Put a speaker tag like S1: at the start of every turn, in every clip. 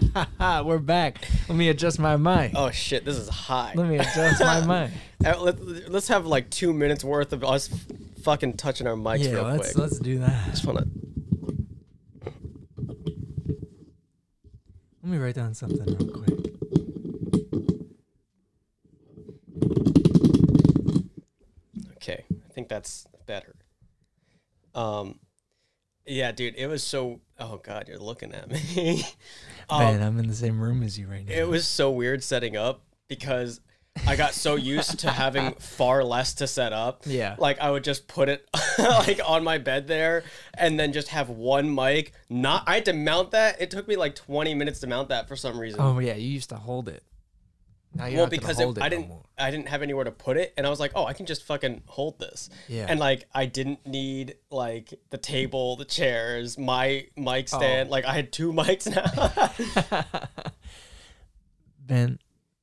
S1: Ah, We're back. Let me adjust my mic.
S2: Oh shit, this is high.
S1: Let me adjust my mic.
S2: Uh, Let, let's have like two minutes worth of us f- fucking touching our mics
S1: yeah,
S2: real
S1: let's
S2: quick.
S1: let's do that.
S2: Just wanna.
S1: Let me write down something real quick.
S2: Okay, I think that's better. Um, yeah, dude, it was so. Oh god, you're looking at me. um,
S1: Man, I'm in the same room as you right now.
S2: it was so weird setting up because I got so used to having far less to set up.
S1: Yeah.
S2: Like I would just put it like on my bed there and then just have one mic. Not I had to mount that. It took me like 20 minutes to mount that for some reason.
S1: oh yeah, you used to hold it. Now you
S2: well,
S1: have to
S2: because it-
S1: hold it,
S2: I
S1: no
S2: didn't
S1: more.
S2: I didn't have anywhere to put it and I was like, "Oh, I can just fucking hold this."
S1: Yeah.
S2: And like I didn't need like the table, the chairs, my mic
S1: Oh.
S2: stand. Like I had two mics now.
S1: Ben,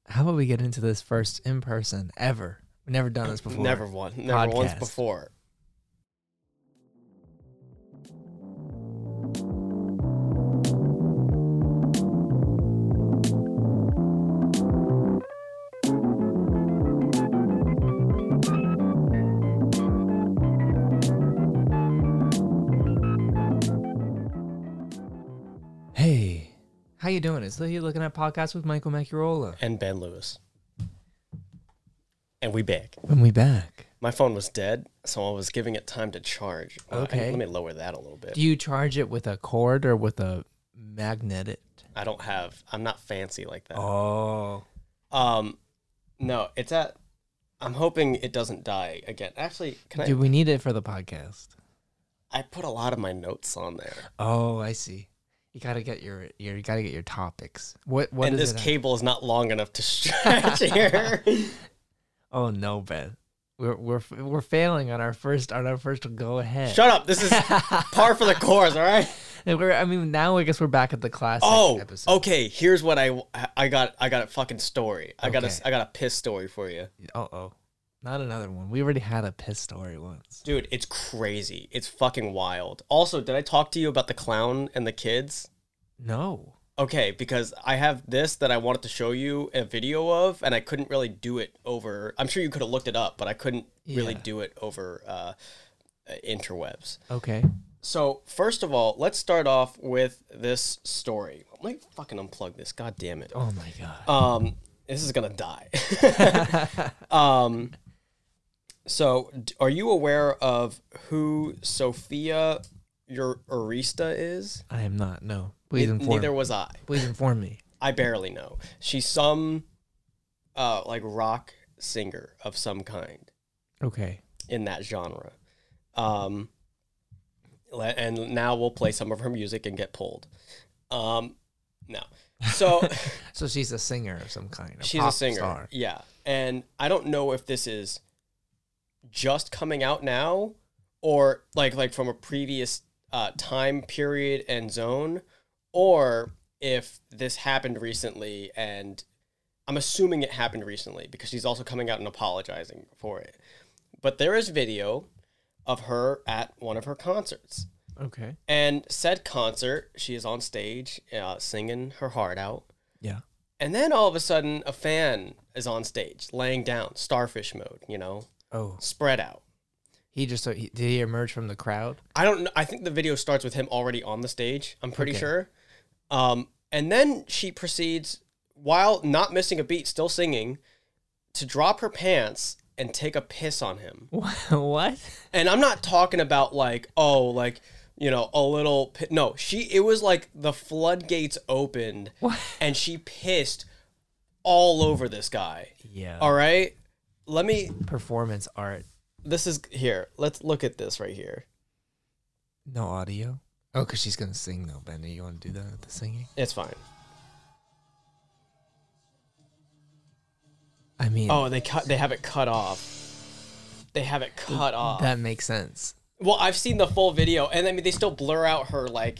S1: how about we get into this first in person ever? We've never done this before.
S2: never one. Never once
S1: Podcast.
S2: before.
S1: Hey, how you doing? It's you looking at podcast with Michael Macurola.
S2: and Ben Lewis. And we back.
S1: When we back,
S2: My phone was dead, so I was giving it time to charge. Uh, I-
S1: Okay.
S2: let me lower that a little bit.
S1: do you charge it with a cord or with a magnetic?
S2: I don't have. I'm not fancy like that.
S1: Oh,
S2: Um, no, it's at. I'm hoping it doesn't die again. Actually, can
S1: do we need it for the podcast?
S2: I? I put a lot of my notes on there,
S1: Oh, I see. You gotta get your, your you gotta get your topics. What what
S2: and
S1: is
S2: this
S1: it? on-
S2: cable is not long enough to stretch here.
S1: oh no, Ben, we're we're we're failing on our first on our first go ahead.
S2: Shut up! This is par for the course. All right.
S1: And we're I mean now I guess we're back at the classic
S2: Oh,
S1: episode.
S2: okay. Here's what I I got. I got a fucking story. I got
S1: Okay.
S2: a I got a piss story for you.
S1: Oh oh, not another one. We already had a piss story once.
S2: Dude, it's crazy. It's fucking wild. Also, did I talk to you about the clown and the kids?
S1: No.
S2: Okay, because I have this that I wanted to show you a video of, and I couldn't really do it over. I'm sure you could have looked it up, but I couldn't really
S1: Yeah.
S2: do it over uh, uh, interwebs.
S1: Okay.
S2: So, first of all, let's start off with this story. Let me fucking unplug this. God damn it.
S1: Oh my god.
S2: Um, this is gonna die. um, so d- are you aware of who Sophia your Arista is?
S1: I am not. No. Please
S2: N-
S1: inform.
S2: Neither was I.
S1: Please inform me.
S2: I barely know. She's some, uh, like rock singer of some kind
S1: Okay.
S2: in that genre. Um, le- and now we'll play some of her music and get pulled. Um, no. So.
S1: So she's a singer of some kind. A
S2: She's
S1: pop
S2: a singer.
S1: Star.
S2: Yeah. And I don't know if this is just coming out now or like like from a previous uh, time period and zone or if this happened recently and I'm assuming it happened recently because she's also coming out and apologizing for it. But there is video of her at one of her concerts.
S1: Okay.
S2: And said concert, she is on stage uh, singing her heart out.
S1: Yeah.
S2: And then all of a sudden, a fan is on stage, laying down, starfish mode, you know,
S1: Oh,
S2: spread out.
S1: he just so he, did he emerge from the crowd?
S2: I don't know. I think the video starts with him already on the stage. I'm pretty
S1: Okay.
S2: sure. Um, and then she proceeds, while not missing a beat, still singing, to drop her pants and take a piss on him.
S1: what?
S2: And I'm not talking about like, oh, like, you know, a little. Pi- no, she. It was like the floodgates opened,
S1: What?
S2: and she pissed all over this guy.
S1: Yeah.
S2: All right. Let me
S1: Performance art.
S2: this is here. Let's look at this right here.
S1: No audio. Oh, cause she's gonna sing though, Ben. Do you want to do that? The singing.
S2: It's fine.
S1: I mean,
S2: Oh, they cut. They have it cut off. They have it cut off.
S1: that makes sense.
S2: well, I've seen the full video, and I mean, they still blur out her like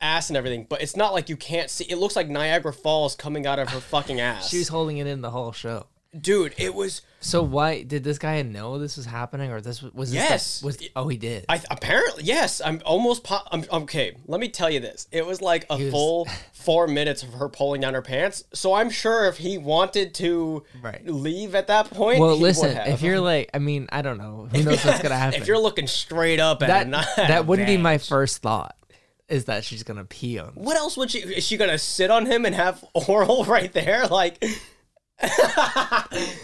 S2: ass and everything, but it's not like you can't see. It looks like Niagara Falls coming out of her fucking ass.
S1: She was holding it in the whole show.
S2: dude, it was
S1: So why did this guy know this was happening, or this was, was this the-
S2: Yes.
S1: was oh he did.
S2: I apparently yes. I'm almost. Po- I'm okay. Let me tell you this. It was like a
S1: He was-
S2: full four minutes of her pulling down her pants. So I'm sure if he wanted to
S1: Right.
S2: leave at that point,
S1: well,
S2: he would
S1: listen,
S2: have. um,
S1: if you're like, I mean, I don't know, who knows what's gonna happen.
S2: if you're looking straight up at
S1: that
S2: him, not
S1: that wouldn't be my first thought. Is that she's gonna pee on? me.
S2: What else would she? Is she gonna sit on him and have oral right there? Like,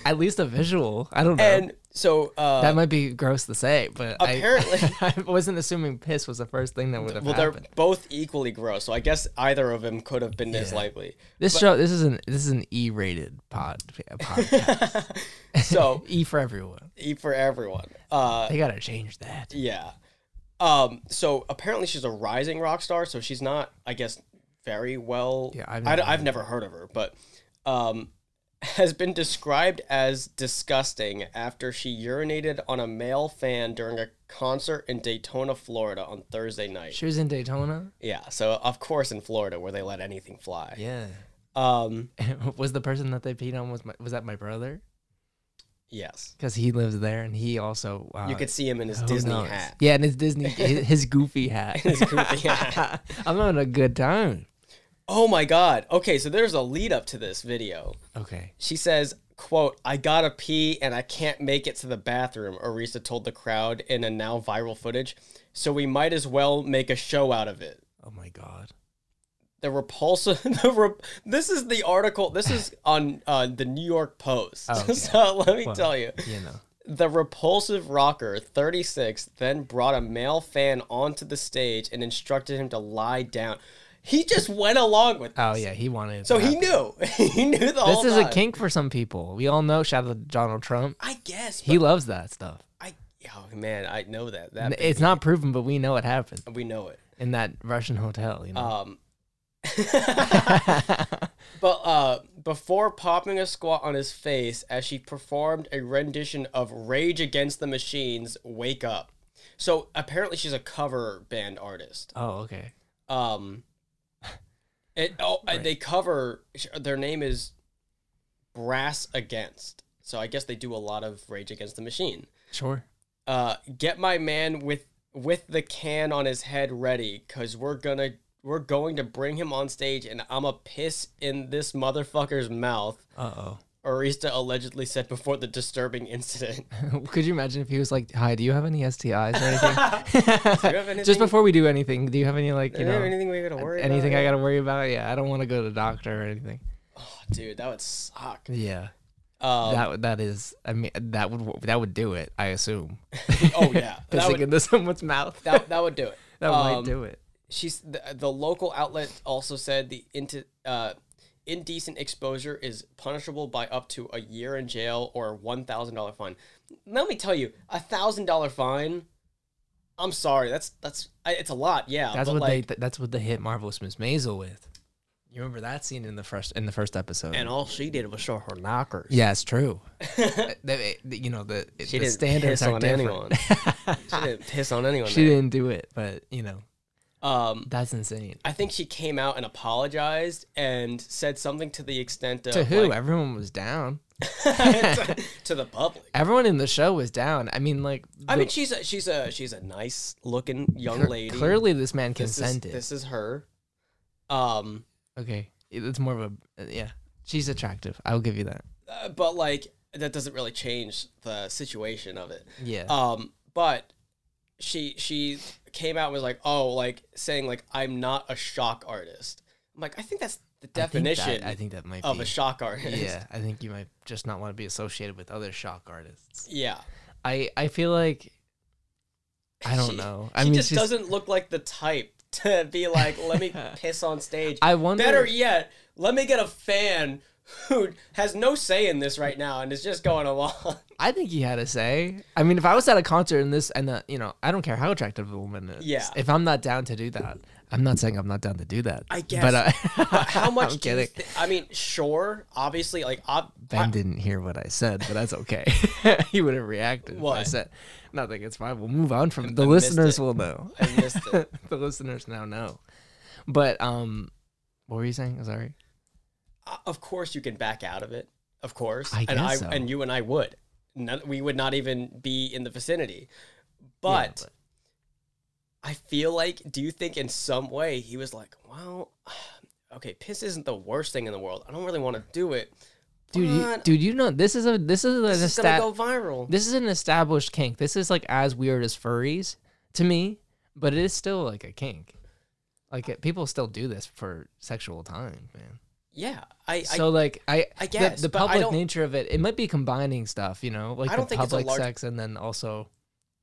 S1: At least a visual. I don't know.
S2: and so uh,
S1: that might be gross to say, but I-
S2: Apparently-
S1: I, wasn't assuming piss was the first thing that would have
S2: well, they're
S1: happened.
S2: both equally gross. So I guess either of them could have been this likely.
S1: This show, this is an this is an E-rated pod podcast.
S2: So
S1: e for everyone.
S2: E for everyone. Uh,
S1: They gotta change that.
S2: Yeah. Um. So apparently she's a rising rock star, so she's not, I guess, very well.
S1: Yeah, I've
S2: I've never,
S1: never
S2: I, have never heard of her, but um, has been described as disgusting after she urinated on a male fan during a concert in Daytona, Florida, on Thursday night.
S1: She was in Daytona.
S2: yeah. So of course in Florida, where they let anything fly.
S1: Yeah.
S2: Um.
S1: was the person that they peed on was my, was that my brother?
S2: Yes.
S1: Because he lives there and he also uh,
S2: You could see him in his
S1: who
S2: Disney
S1: knows?
S2: hat.
S1: Yeah, and his Disney his, his goofy hat.
S2: His goofy hat.
S1: I'm having a good time.
S2: Oh my God. Okay. So there's a lead up to this video.
S1: Okay.
S2: She says, quote, I gotta pee and I can't make it to the bathroom, Arisa told the crowd in a now viral footage, so we might as well make a show out of it.
S1: Oh my god.
S2: The repulsive, the rep- this is the article, this is on uh, the New York Post.
S1: Oh, Okay.
S2: so let me
S1: Well.
S2: tell you.
S1: You know.
S2: The repulsive rocker, 36, then brought a male fan onto the stage and instructed him to lie down. He just went along with
S1: Oh yeah, he wanted. it
S2: So
S1: to
S2: he
S1: happen.
S2: knew. he knew the whole
S1: This is a
S2: time.
S1: kink for some people. We all know. Shout out to Donald Trump.
S2: I guess.
S1: He loves that stuff.
S2: I oh man, I know that.
S1: N-
S2: That
S1: It's not proven, but we know it happened
S2: we know it.
S1: in that Russian hotel. You know.
S2: Um Oh. but uh before popping a squat on his face as she performed a rendition of Rage Against the Machines Wake Up. So apparently she's a cover band artist.
S1: oh okay.
S2: Um it oh and they cover their name is Brass Against. So I guess they do a lot of Rage Against the Machine.
S1: Sure.
S2: uh, get my man with with the can on his head ready, cause we're gonna we're going to bring him on stage, and I'ma piss in this motherfucker's mouth.
S1: Uh
S2: Arista allegedly said before the disturbing incident.
S1: oh. Could you imagine if he was like, "Hi, do you have any STIs or anything?"
S2: you have anything-
S1: Just before we do anything, do you have any like you
S2: Is there
S1: know
S2: anything we gotta worry
S1: anything I
S2: about?
S1: gotta worry about? Yeah, I don't want to go to the doctor or anything.
S2: Oh, dude, that would suck.
S1: Yeah,
S2: Um,
S1: that would- that is. I mean, that would w- that would do it. I assume.
S2: oh yeah, that
S1: Pissing
S2: would
S1: into someone's mouth. That,
S2: that, that would do it.
S1: might
S2: Um,
S1: do it.
S2: she's the, the local outlet also said the into uh, indecent exposure is punishable by up to a year in jail or a one thousand dollar fine. Let me tell you, a thousand dollar fine. I'm sorry, that's that's I- it's a lot. Yeah,
S1: That's
S2: but
S1: what
S2: like,
S1: they. That's what they hit marvelous Miss Maisel with. You remember that scene in the first in the first episode?
S2: and all she did was show her knockers.
S1: yeah, it's true. Uh, they- they- you know the, the
S2: She didn't
S1: standards
S2: piss
S1: are
S2: on anyone.
S1: different.
S2: she didn't piss on anyone.
S1: she
S2: there.
S1: didn't do it, but you know
S2: Um,
S1: that's insane.
S2: I think she came out and apologized and said something to the extent of
S1: To who?
S2: like,
S1: Everyone was down.
S2: to, to the public.
S1: Everyone in the show was down. I mean, like
S2: I
S1: the-
S2: mean, she's a she's a she's a nice looking young lady.
S1: clearly this man
S2: this is,
S1: consented.
S2: this is her. Um,
S1: Okay, it's more of a yeah. She's attractive. I'll give you that.
S2: uh, but like that doesn't really change the situation of it.
S1: Yeah.
S2: Um, but she she came out and was like, oh, like saying like I'm not a shock artist. I'm like, I think that's the
S1: I think that-
S2: definition
S1: I think that, might
S2: of
S1: be.
S2: a shock artist.
S1: yeah, I think you might just not want to be associated with other shock artists.
S2: yeah.
S1: I I feel like I don't
S2: She-
S1: know.
S2: She
S1: I mean,
S2: just
S1: she's-
S2: doesn't look like the type to be like, let me piss on stage.
S1: I wonder.
S2: Better e- yet, let me get a fan who has no say in this right now and is just going along.
S1: I think he had a say. I mean, if I was at a concert and this and uh, you know, I don't care how attractive a woman is.
S2: Yeah.
S1: If I'm not down to do that, I'm not saying I'm not down to do that.
S2: I guess.
S1: But, uh,
S2: But how much?
S1: I'm
S2: do you
S1: kidding.
S2: thi- I mean, sure, obviously, like ob-
S1: Ben didn't hear what I said, but that's okay. he would have reacted. What I
S2: What?
S1: said. Nothing. It's fine. We'll move on from. The
S2: I missed
S1: listeners
S2: it.
S1: will know.
S2: I uh, missed it.
S1: the listeners now know. But um, what were you saying? Sorry.
S2: Uh, of course, you can back out of it. of course,
S1: I guess
S2: and I
S1: so.
S2: and you and I would. None, we would not even be in the vicinity. But I feel like, do you think in some way he was like, well, okay, piss isn't the worst thing in the world. I don't really want to do it.
S1: dude, you,
S2: but
S1: dude, you know this is a this is an
S2: this is
S1: esta-
S2: gonna go viral.
S1: this is an established kink. This is like as weird as furries to me, but it is still like a kink. Like it, people still do this for sexual time, man.
S2: yeah, I, I
S1: So like I,
S2: I
S1: the-
S2: guess,
S1: the,
S2: but I
S1: public
S2: don't-
S1: nature of it, it might be combining stuff, you know, like
S2: I don't
S1: the
S2: think it's a
S1: public
S2: large-
S1: sex and then also,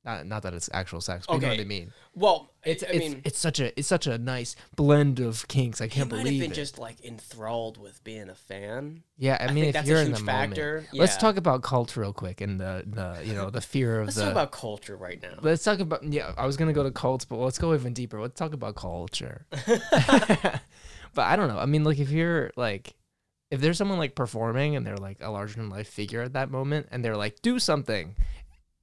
S1: not, not that it's actual sex, but you know what I
S2: Okay.
S1: mean.
S2: well,
S1: It's
S2: I
S1: it's,
S2: mean,
S1: it's such a it's such a nice blend of kinks. I
S2: he
S1: can't
S2: might have
S1: believe
S2: been
S1: it.
S2: just like enthralled with being a fan.
S1: yeah, I mean,
S2: think
S1: if
S2: that's a
S1: you're in
S2: huge
S1: the
S2: factor.
S1: moment, let's
S2: Yeah.
S1: talk about cult real quick and the the you know the fear of
S2: Let's
S1: the.
S2: talk about culture right now.
S1: let's talk about yeah. I was gonna go to cults, but let's go even deeper. Let's talk about culture. but I don't know. I mean, like if you're like. If there's someone like performing and they're like a larger than life figure at that moment and they're like, do something,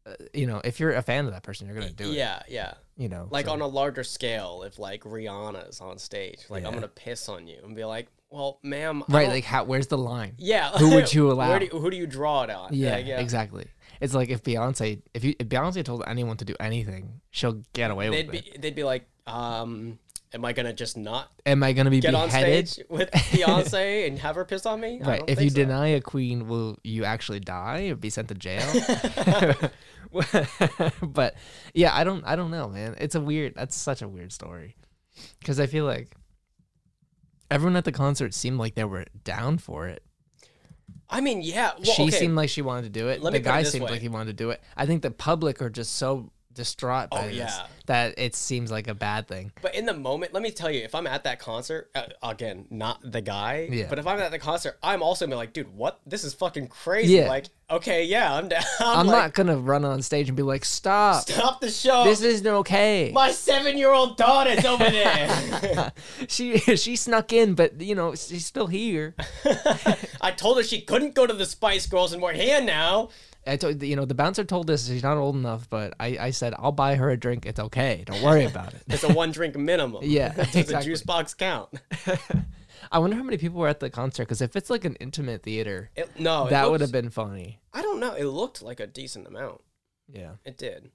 S1: uh, you know, if you're a fan of that person, you're going to do it,
S2: yeah, yeah.
S1: you know.
S2: Like
S1: so-
S2: on a larger scale, if like Rihanna's on stage, like I'm
S1: Yeah.
S2: gonna piss on you and be like, "Well, ma'am, I
S1: right,
S2: don't-
S1: like, how, where's the line?
S2: yeah."
S1: who would you allow?
S2: Where do you, who do you draw it on?
S1: Yeah,
S2: Like,
S1: exactly. It's like if Beyonce, if you if Beyonce told anyone to do anything, she'll get away
S2: They'd
S1: with it.
S2: be they'd be like, um, "Am I gonna just not
S1: Am I gonna be
S2: get
S1: beheaded?
S2: on stage with Beyonce and have her piss on me?" I
S1: Right.
S2: don't
S1: If
S2: think
S1: you
S2: so.
S1: deny a queen, will you actually die or be sent to jail? but yeah, I don't. I don't know, man. It's a weird. That's such a weird story, because I feel like everyone at the concert seemed like they were down for it.
S2: I mean, yeah. Well,
S1: she
S2: okay.
S1: seemed like she wanted to do it.
S2: Let
S1: the
S2: me put it
S1: guy
S2: this
S1: seemed
S2: way.
S1: like he wanted to do it. I think the public are just so distraught by
S2: Oh,
S1: this
S2: yeah.
S1: that it seems like a bad thing.
S2: But in the moment, let me tell you, if I'm at that concert, uh, again, not the guy,
S1: Yeah.
S2: but if I'm at the concert, I'm also gonna be like, dude, what? This is fucking crazy.
S1: Yeah.
S2: Like, okay, yeah, I'm down.
S1: I'm,
S2: like,
S1: not gonna run on stage and be like, "Stop!
S2: Stop the show.
S1: This isn't okay."
S2: my seven-year-old daughter's over there.
S1: she she snuck in, but you know she's still here.
S2: I told her she couldn't go to the Spice Girls, and we're here now.
S1: I told you know the bouncer told us she's not old enough, but I I said I'll buy her a drink. It's okay. Don't worry about it.
S2: It's a one-drink minimum.
S1: Yeah,
S2: does the
S1: exactly.
S2: juice box count?
S1: I wonder how many people were at the concert because if it's like an intimate theater,
S2: It, no, Oh, it
S1: that
S2: looked-
S1: would have been funny.
S2: I don't know. It looked like a decent amount.
S1: Yeah,
S2: It did,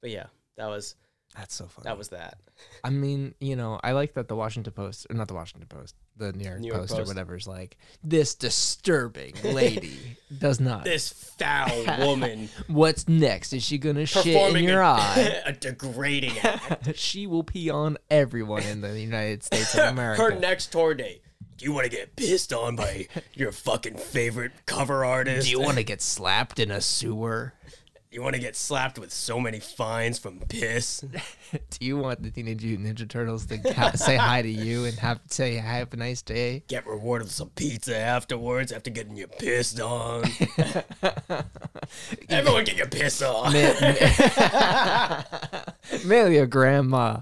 S2: but yeah, that was
S1: that's so funny.
S2: that was that.
S1: I mean, you know, I like that the Washington Post, or not the Washington Post, the New York,
S2: New York
S1: Post, or
S2: Post.
S1: whatever is like, this disturbing lady does not.
S2: This foul woman
S1: What's next? Is she going to shit in
S2: performing
S1: your
S2: a,
S1: eye?
S2: a degrading act.
S1: she will pee on everyone in the United States of America.
S2: Her next tour date. Do you want to get pissed on by your fucking favorite cover artist?
S1: Do you want to get slapped in a sewer?
S2: You want to get slapped with so many fines from piss?
S1: Do you want the Teenage Mutant Ninja Turtles to ca- say hi to you and have say have a nice day?
S2: Get rewarded with some pizza afterwards after getting you pissed on? Everyone get your piss on.
S1: Mail your grandma.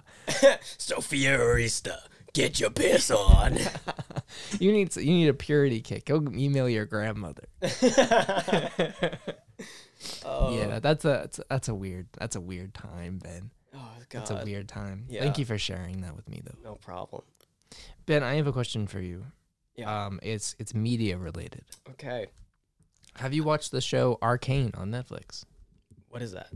S2: Sophia Arista, get your piss on.
S1: You need s- you need a purity kick. Go email your grandmother.
S2: Oh,
S1: Yeah, that's a that's, that's a weird that's a weird time, Ben.
S2: Oh,
S1: That's a
S2: God.
S1: weird time.
S2: yeah.
S1: Thank you for sharing that with me, though.
S2: No problem.
S1: Ben, I have a question for you.
S2: Yeah.
S1: Um, it's it's media related.
S2: Okay.
S1: Have you watched the show Arcane on Netflix?
S2: What is that?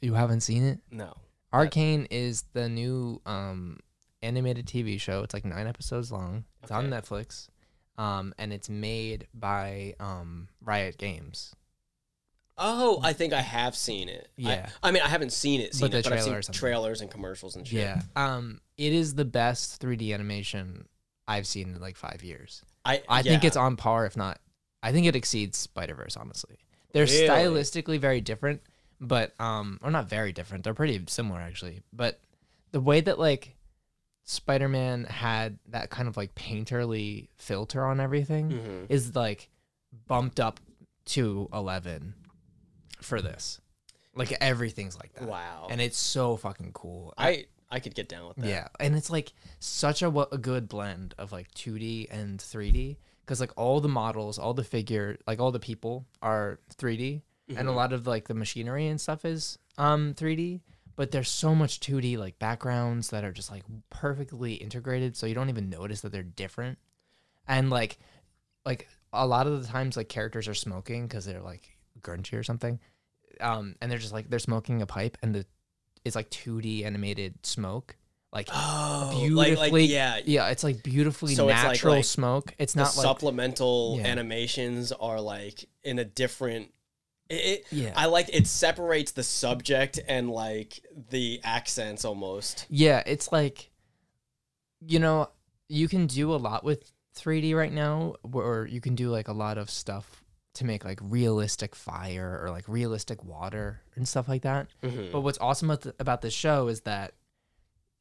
S1: You haven't seen it?
S2: No.
S1: Arcane is the new um, animated TV show. It's like nine episodes long. It's on
S2: Okay.
S1: Netflix, um, and it's made by um, Riot Games.
S2: Oh, I think I have seen it. I-
S1: Yeah.
S2: I, mean, I haven't seen it, seen
S1: the
S2: it, but I've
S1: trailer
S2: seen
S1: or something.
S2: trailers and commercials and shit.
S1: Yeah. Um, it is the best 3D animation I've seen in like five years.
S2: I,
S1: I
S2: yeah.
S1: think it's on par, if not, I think it exceeds Spider Verse. Honestly, they're
S2: Really?
S1: stylistically very different, but um, or not very different. They're pretty similar actually, but the way that like Spider Man had that kind of like painterly filter on everything
S2: Mhm.
S1: is like bumped up to eleven for this. Like everything's like that.
S2: Wow.
S1: And it's so fucking cool.
S2: I I could get down with that.
S1: Yeah, and it's like such a, wa- a good blend of like 2D and 3D because like all the models, all the figure, like all the people are 3D, and
S2: Mm-hmm.
S1: a lot of like the machinery and stuff is um 3D. But there's so much 2D like backgrounds that are just like perfectly integrated, so you don't even notice that they're different, and like like a lot of the times like characters are smoking because they're like grungy or something, um, and they're just like they're smoking a pipe and the it's like 2D animated smoke, like
S2: Oh,
S1: beautifully,
S2: like, like yeah,
S1: yeah, it's like beautifully
S2: So it's like-
S1: natural
S2: like
S1: smoke. It's
S2: the
S1: not like
S2: supplemental
S1: Yeah.
S2: animations are like in a different. It, it,
S1: yeah,
S2: I like it separates the subject and like the accents almost.
S1: yeah. It's like you know you can do a lot with 3D right now, or you can do like a lot of stuff to make like realistic fire or like realistic water and stuff like that. Mm-hmm.
S2: Mm-hmm.
S1: But what's awesome about, th- about this show is that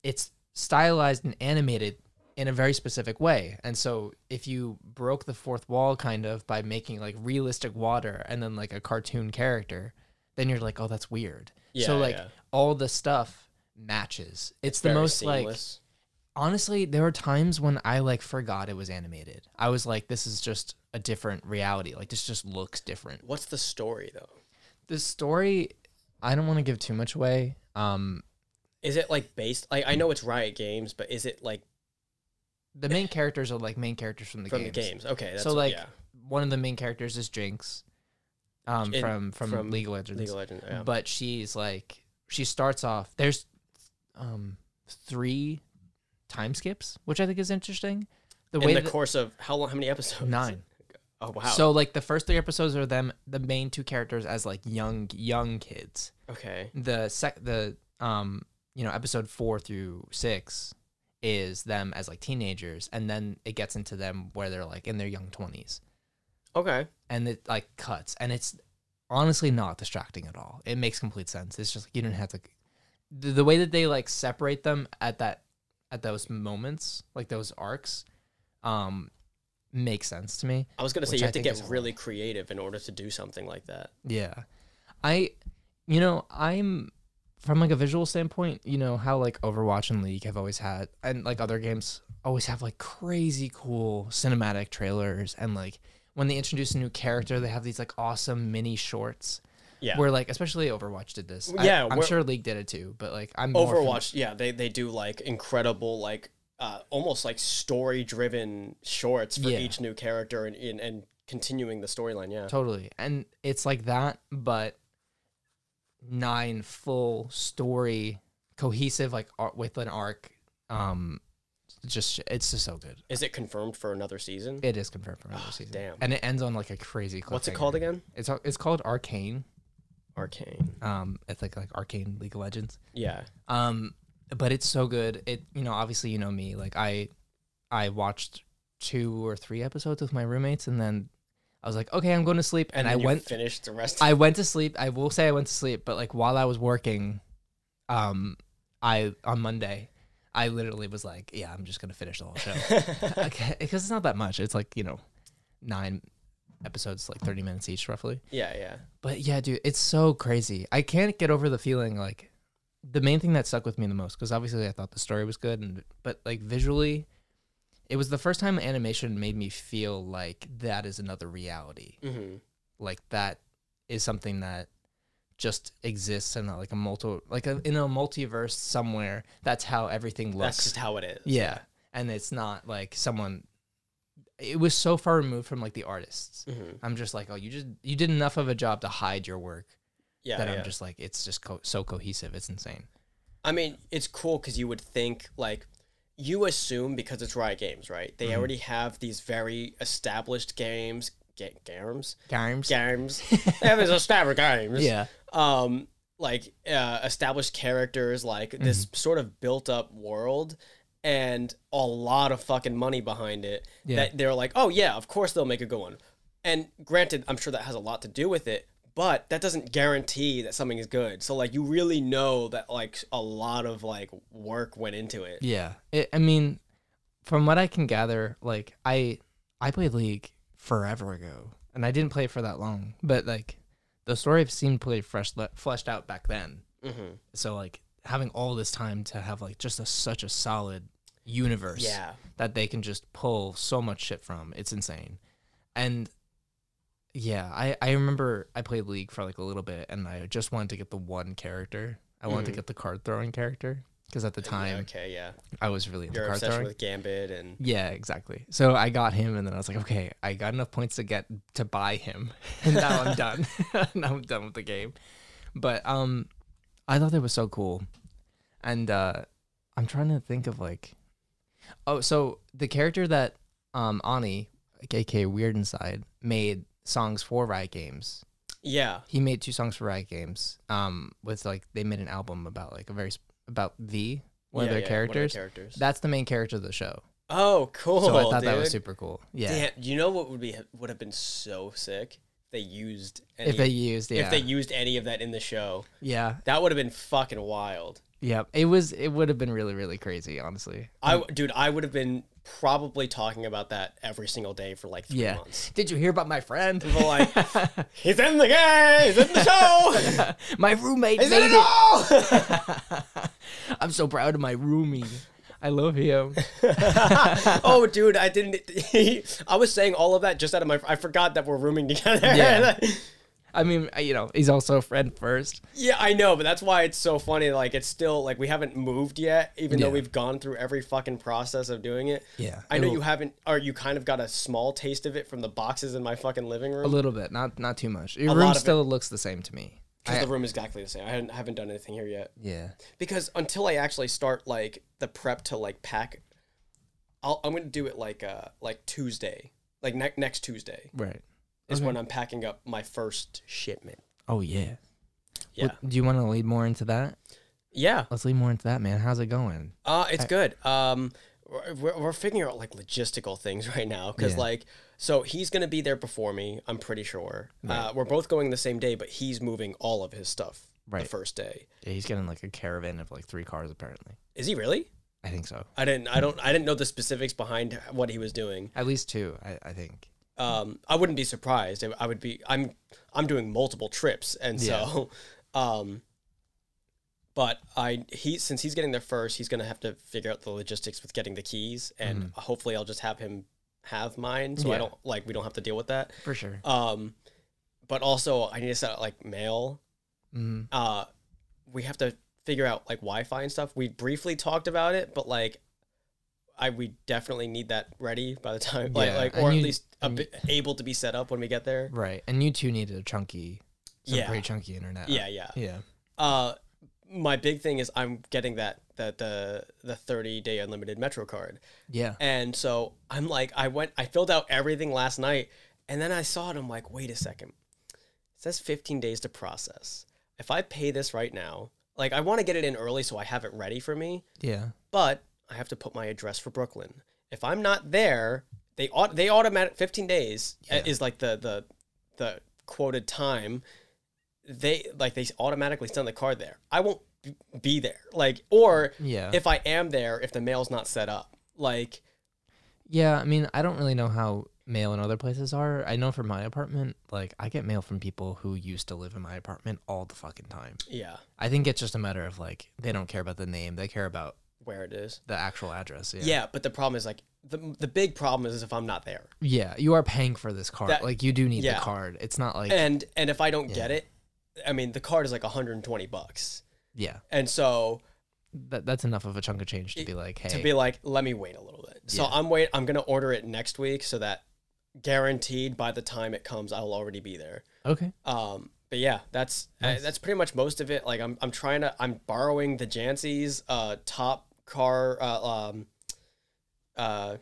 S1: it's stylized and animated in a very specific way. And so if you broke the fourth wall kind of by making like realistic water and then like a cartoon character, then you're like, oh, that's weird. so like all the stuff matches. It's, the most like honestly, there were times when I like forgot it was animated. I was like, this is just a different reality. Like this just looks different
S2: like. What's the story though?
S1: the story i don't want to give too much away um
S2: Is it like based? Like
S1: Mm.
S2: I know it's Riot Games, but is it like
S1: the main characters are like main characters from the
S2: from
S1: games.
S2: the games? Okay, that's
S1: so like
S2: yeah.
S1: one of the main characters is jinx um
S2: In-
S1: from, from
S2: from
S1: league of legends
S2: League of Legends. Yeah.
S1: but she's like she starts off there's um three time skips which i think is interesting the way
S2: in the
S1: that-
S2: course of how long? How many episodes?
S1: nine
S2: Oh wow.
S1: so like the first three episodes are them the main two characters as like young young kids
S2: okay.
S1: the sec the um you know episode four through six is them as like teenagers and then it gets into them where they're like in their young 20s
S2: Okay.
S1: and it like cuts and it's honestly not distracting at all it makes complete sense it's just like you don't have to the, the way that they like separate them at that at those moments like those arcs um makes sense to me
S2: I was gonna say
S1: Which
S2: you
S1: I
S2: have to
S1: think
S2: get
S1: is a lot.
S2: really creative in order to do something like that.
S1: Yeah. I you know, I'm from like a visual standpoint, you know, how like Overwatch and League have always had and like other games always have like crazy cool cinematic trailers and like when they introduce a new character, they have these like awesome mini shorts.
S2: Yeah.
S1: Where like especially Overwatch did this. I-
S2: Yeah,
S1: I'm
S2: we're-
S1: sure League did it too, but like I'm more fam-
S2: Overwatch, yeah, they they do like incredible like uh, almost like story driven shorts for
S1: Yeah.
S2: each new character and and, and continuing the storyline. Yeah,
S1: Totally. And it's like that, but nine full story, cohesive, like ar- with an arc. Um, just it's just so good.
S2: is it confirmed for another season?
S1: It is confirmed for another season,
S2: Ah, damn.
S1: and it ends on like a crazy.
S2: What's it
S1: cliffhanger.
S2: called again?
S1: It's a- it's called Arcane.
S2: Arcane.
S1: Um, it's like like Arcane League of Legends.
S2: Yeah,
S1: Um, but it's so good. It you know obviously you know me like I, I watched two or three episodes with my roommates, and then I was like, okay, I'm going to sleep, and,
S2: and, then
S1: I
S2: you
S1: went
S2: finished the rest.
S1: I went to sleep. I will say I went to sleep, but like while I was working, um, I on Monday, I literally was like, yeah, I'm just gonna finish the whole show, okay, because it's not that much. It's like you know, nine episodes, like 30 minutes each, roughly.
S2: yeah, yeah.
S1: But yeah, dude, it's so crazy. I can't get over the feeling like the main thing that stuck with me the most because obviously I thought the story was good, and but like visually. It was the first time animation made me feel like that is another reality
S2: hmm
S1: like that is something that just exists in a, like a multi like a, in a multiverse somewhere that's how everything
S2: That's
S1: looks
S2: just how it is.
S1: yeah and it's not like someone it was so far removed from like the artists
S2: hmm
S1: i'm just like oh you just you did enough of a job to hide your work
S2: yeah.
S1: that
S2: yeah.
S1: i'm just like it's just co- so cohesive it's insane
S2: I mean, it's cool because you would think like you assume because it's Riot Games, right? They already have these very established games, ga- games,
S1: Games?
S2: games. they have these established games.
S1: yeah
S2: Um, like uh, established characters, like this
S1: Mm-hmm.
S2: sort of built-up world, and a lot of fucking money behind it.
S1: Yeah.
S2: That they're like, oh yeah, of course they'll make a good one. And granted, I'm sure that has a lot to do with it, but that doesn't guarantee that something is good. So like, you really know that like a lot of like work went into it.
S1: Yeah, it, I mean, from what I can gather, like I I played League forever ago, and I didn't play it for that long. But like, the story seemed pretty fresh, le- fleshed out back then.
S2: hmm
S1: So like, having all this time to have like just a, such a solid universe
S2: Yeah.
S1: that they can just pull so much shit from, it's insane. And yeah, I I remember I played League for like a little bit, and I just wanted to get the one character. I wanted to
S2: Mhm.
S1: get the card throwing character because at the time
S2: Okay, yeah.
S1: I was really into
S2: Your
S1: card
S2: obsession
S1: throwing.
S2: with Gambit and
S1: yeah, exactly. So I got him, and then I was like, okay, I got enough points to get to buy him, and now I'm done. now I'm done with the game. But um, I thought that was so cool, and uh, I'm trying to think of like, oh, so the character that um Ani, aka Weird Inside, made songs for Riot Games
S2: yeah,
S1: he made two songs for Riot Games. Um, with like they made an album about like a very sp- about V, one
S2: Yeah,
S1: of their
S2: yeah,
S1: characters.
S2: characters.
S1: That's the main character of the show.
S2: oh, cool.
S1: so I thought that was
S2: dude.
S1: super cool. Yeah,
S2: Damn, you know what would be would have been so sick? They used any,
S1: if they used, yeah,
S2: if they used any of that in the show,
S1: yeah,
S2: that would have been fucking wild.
S1: yeah. It was it would have been really really crazy, honestly.
S2: I w- dude, I would have been probably talking about that every single day for like three
S1: Yeah.
S2: months.
S1: Did you hear about my friend?
S2: But like, he's in the game, he's in the show,
S1: my roommate
S2: he's in
S1: made
S2: it
S1: it.
S2: all.
S1: I'm so proud of my roomie. I love him.
S2: oh, dude, I didn't. I was saying all of that just out of my. I forgot that we're rooming together.
S1: Yeah. I mean, I- you know, he's also a friend first.
S2: Yeah, I know, but that's why it's so funny. Like, it's still like we haven't moved yet, even though
S1: Yeah.
S2: we've gone through every fucking process of doing it.
S1: Yeah,
S2: I know
S1: it'll-
S2: you haven't, or you kind of got a small taste of it from the boxes in my fucking living
S1: A
S2: room
S1: little bit, not not too much. Your
S2: A lot
S1: room
S2: of it-
S1: still looks the same to me.
S2: because
S1: I-
S2: the room is exactly the same. I haven't, haven't done anything here yet
S1: yeah,
S2: because until I actually start like the prep to like pack, I'll, I'm gonna do it like uh like Tuesday, like ne- next Tuesday
S1: right.
S2: is when I'm packing up my first shipment.
S1: Oh yeah.
S2: Yeah,
S1: Well, do you want to lead more into that?
S2: yeah.
S1: Let's lead more into that, man. How's it going?
S2: Uh, it's good. Um, we're- we're, we're figuring out like logistical things right now because
S1: Yeah.
S2: like so he's gonna be there before me. I'm pretty sure. Uh, we're both going the same day, but he's moving all of his stuff the
S1: Right.
S2: first day.
S1: Yeah, he's getting like a caravan of like three cars, apparently.
S2: Is he really?
S1: I think so.
S2: I didn't. I don't. I didn't know the specifics behind what he was doing.
S1: At least two, I, I think.
S2: Um, I wouldn't be surprised. I would be. I'm. I'm doing multiple trips, and so, um. But I he since he's getting there first, he's gonna have to figure out the logistics with getting the keys, and hopefully I'll just have him have mine, so I
S1: Yeah.
S2: don't like we don't have to deal with that.
S1: For sure.
S2: Um, but also I need to set out like mail.
S1: Mm.
S2: Uh, we have to figure out like Wi-Fi and stuff. We briefly talked about it, but like. I, we definitely need that ready by the time, like,
S1: Yeah,
S2: like
S1: and
S2: or at
S1: you-
S2: least a
S1: and you-
S2: bit able to be set up when we get there.
S1: Right. And you two needed a chunky, some
S2: Yeah.
S1: pretty chunky internet.
S2: Yeah, yeah.
S1: Yeah.
S2: Uh, my big thing is I'm getting that that the the 30 day unlimited Metro card,
S1: Yeah.
S2: and so I'm like, I went, I filled out everything last night, and then I saw it. I'm like, wait a second, it says 15 days to process. If I pay this right now, like I want to get it in early so I have it ready for me,
S1: Yeah.
S2: but I have to put my address for Brooklyn. If I'm not there, they aut- they automatic 15 days uh,
S1: Yeah.
S2: is like the the the quoted time. They like they automatically send the card there. I won't b- be there. Like or
S1: Yeah.
S2: if I am there, if the mail's not set up, like
S1: yeah. I mean, I don't really know how mail in other places are. I know for my apartment, like, I get mail from people who used to live in my apartment all the fucking time.
S2: yeah,
S1: I think it's just a matter of like, they don't care about the name, they care about
S2: where it is.
S1: the actual address.
S2: Yeah. but the problem is like the the big problem is if I'm not there,
S1: Yeah, you are paying for this card.
S2: That-
S1: like you do need
S2: yeah.
S1: the card. It's not like
S2: and and if I don't get it, I mean the card is like 120 bucks,
S1: yeah,
S2: and so
S1: that, that's enough of a chunk of change to be like, hey,
S2: to be like, let me wait a little bit. So
S1: Yeah.
S2: I'm wait. I'm gonna order it next week so that guaranteed by the time it comes, I'll already be there.
S1: okay,
S2: Um, but yeah, that's uh,
S1: Nice.
S2: that's pretty much most of it. Like I'm I'm trying to I'm borrowing the Jancy's uh top car uh, um uh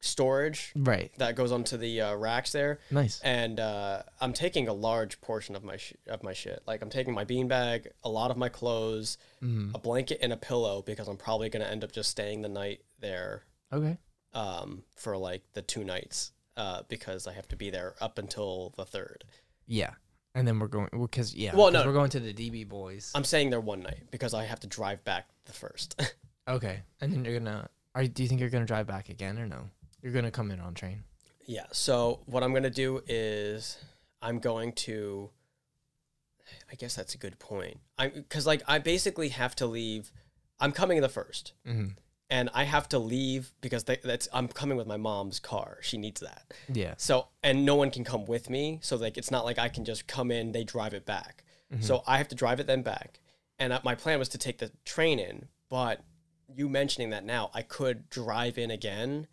S2: storage
S1: right,
S2: that goes onto the uh, racks there
S1: nice,
S2: and uh, I'm taking a large portion of my sh- of my shit. Like I'm taking my beanbag, a lot of my clothes,
S1: Mhm.
S2: a blanket, and a pillow because I'm probably gonna end up just staying the night there
S1: okay,
S2: um, for like the two nights uh, because I have to be there up until the third.
S1: yeah. And then we're going because yeah,
S2: Well,
S1: 'cause
S2: no.
S1: we're going to the DB boys.
S2: I'm staying there one night because I have to drive back the first.
S1: okay, and then you're gonna. Are, do you think you're gonna drive back again or no? You're gonna come in on train.
S2: yeah. So what I'm gonna do is I'm going to. I guess that's a good point. I because like I basically have to leave. I'm coming the first.
S1: hmm
S2: and I have to leave because they, that's I'm coming with my mom's car. She needs that.
S1: Yeah,
S2: So and no one can come with me. So like it's not like I can just come in.
S1: Mm-hmm.
S2: They drive it back. So I have to drive it then back. And uh, my plan was to take the train in, But you mentioning that now, I could drive in again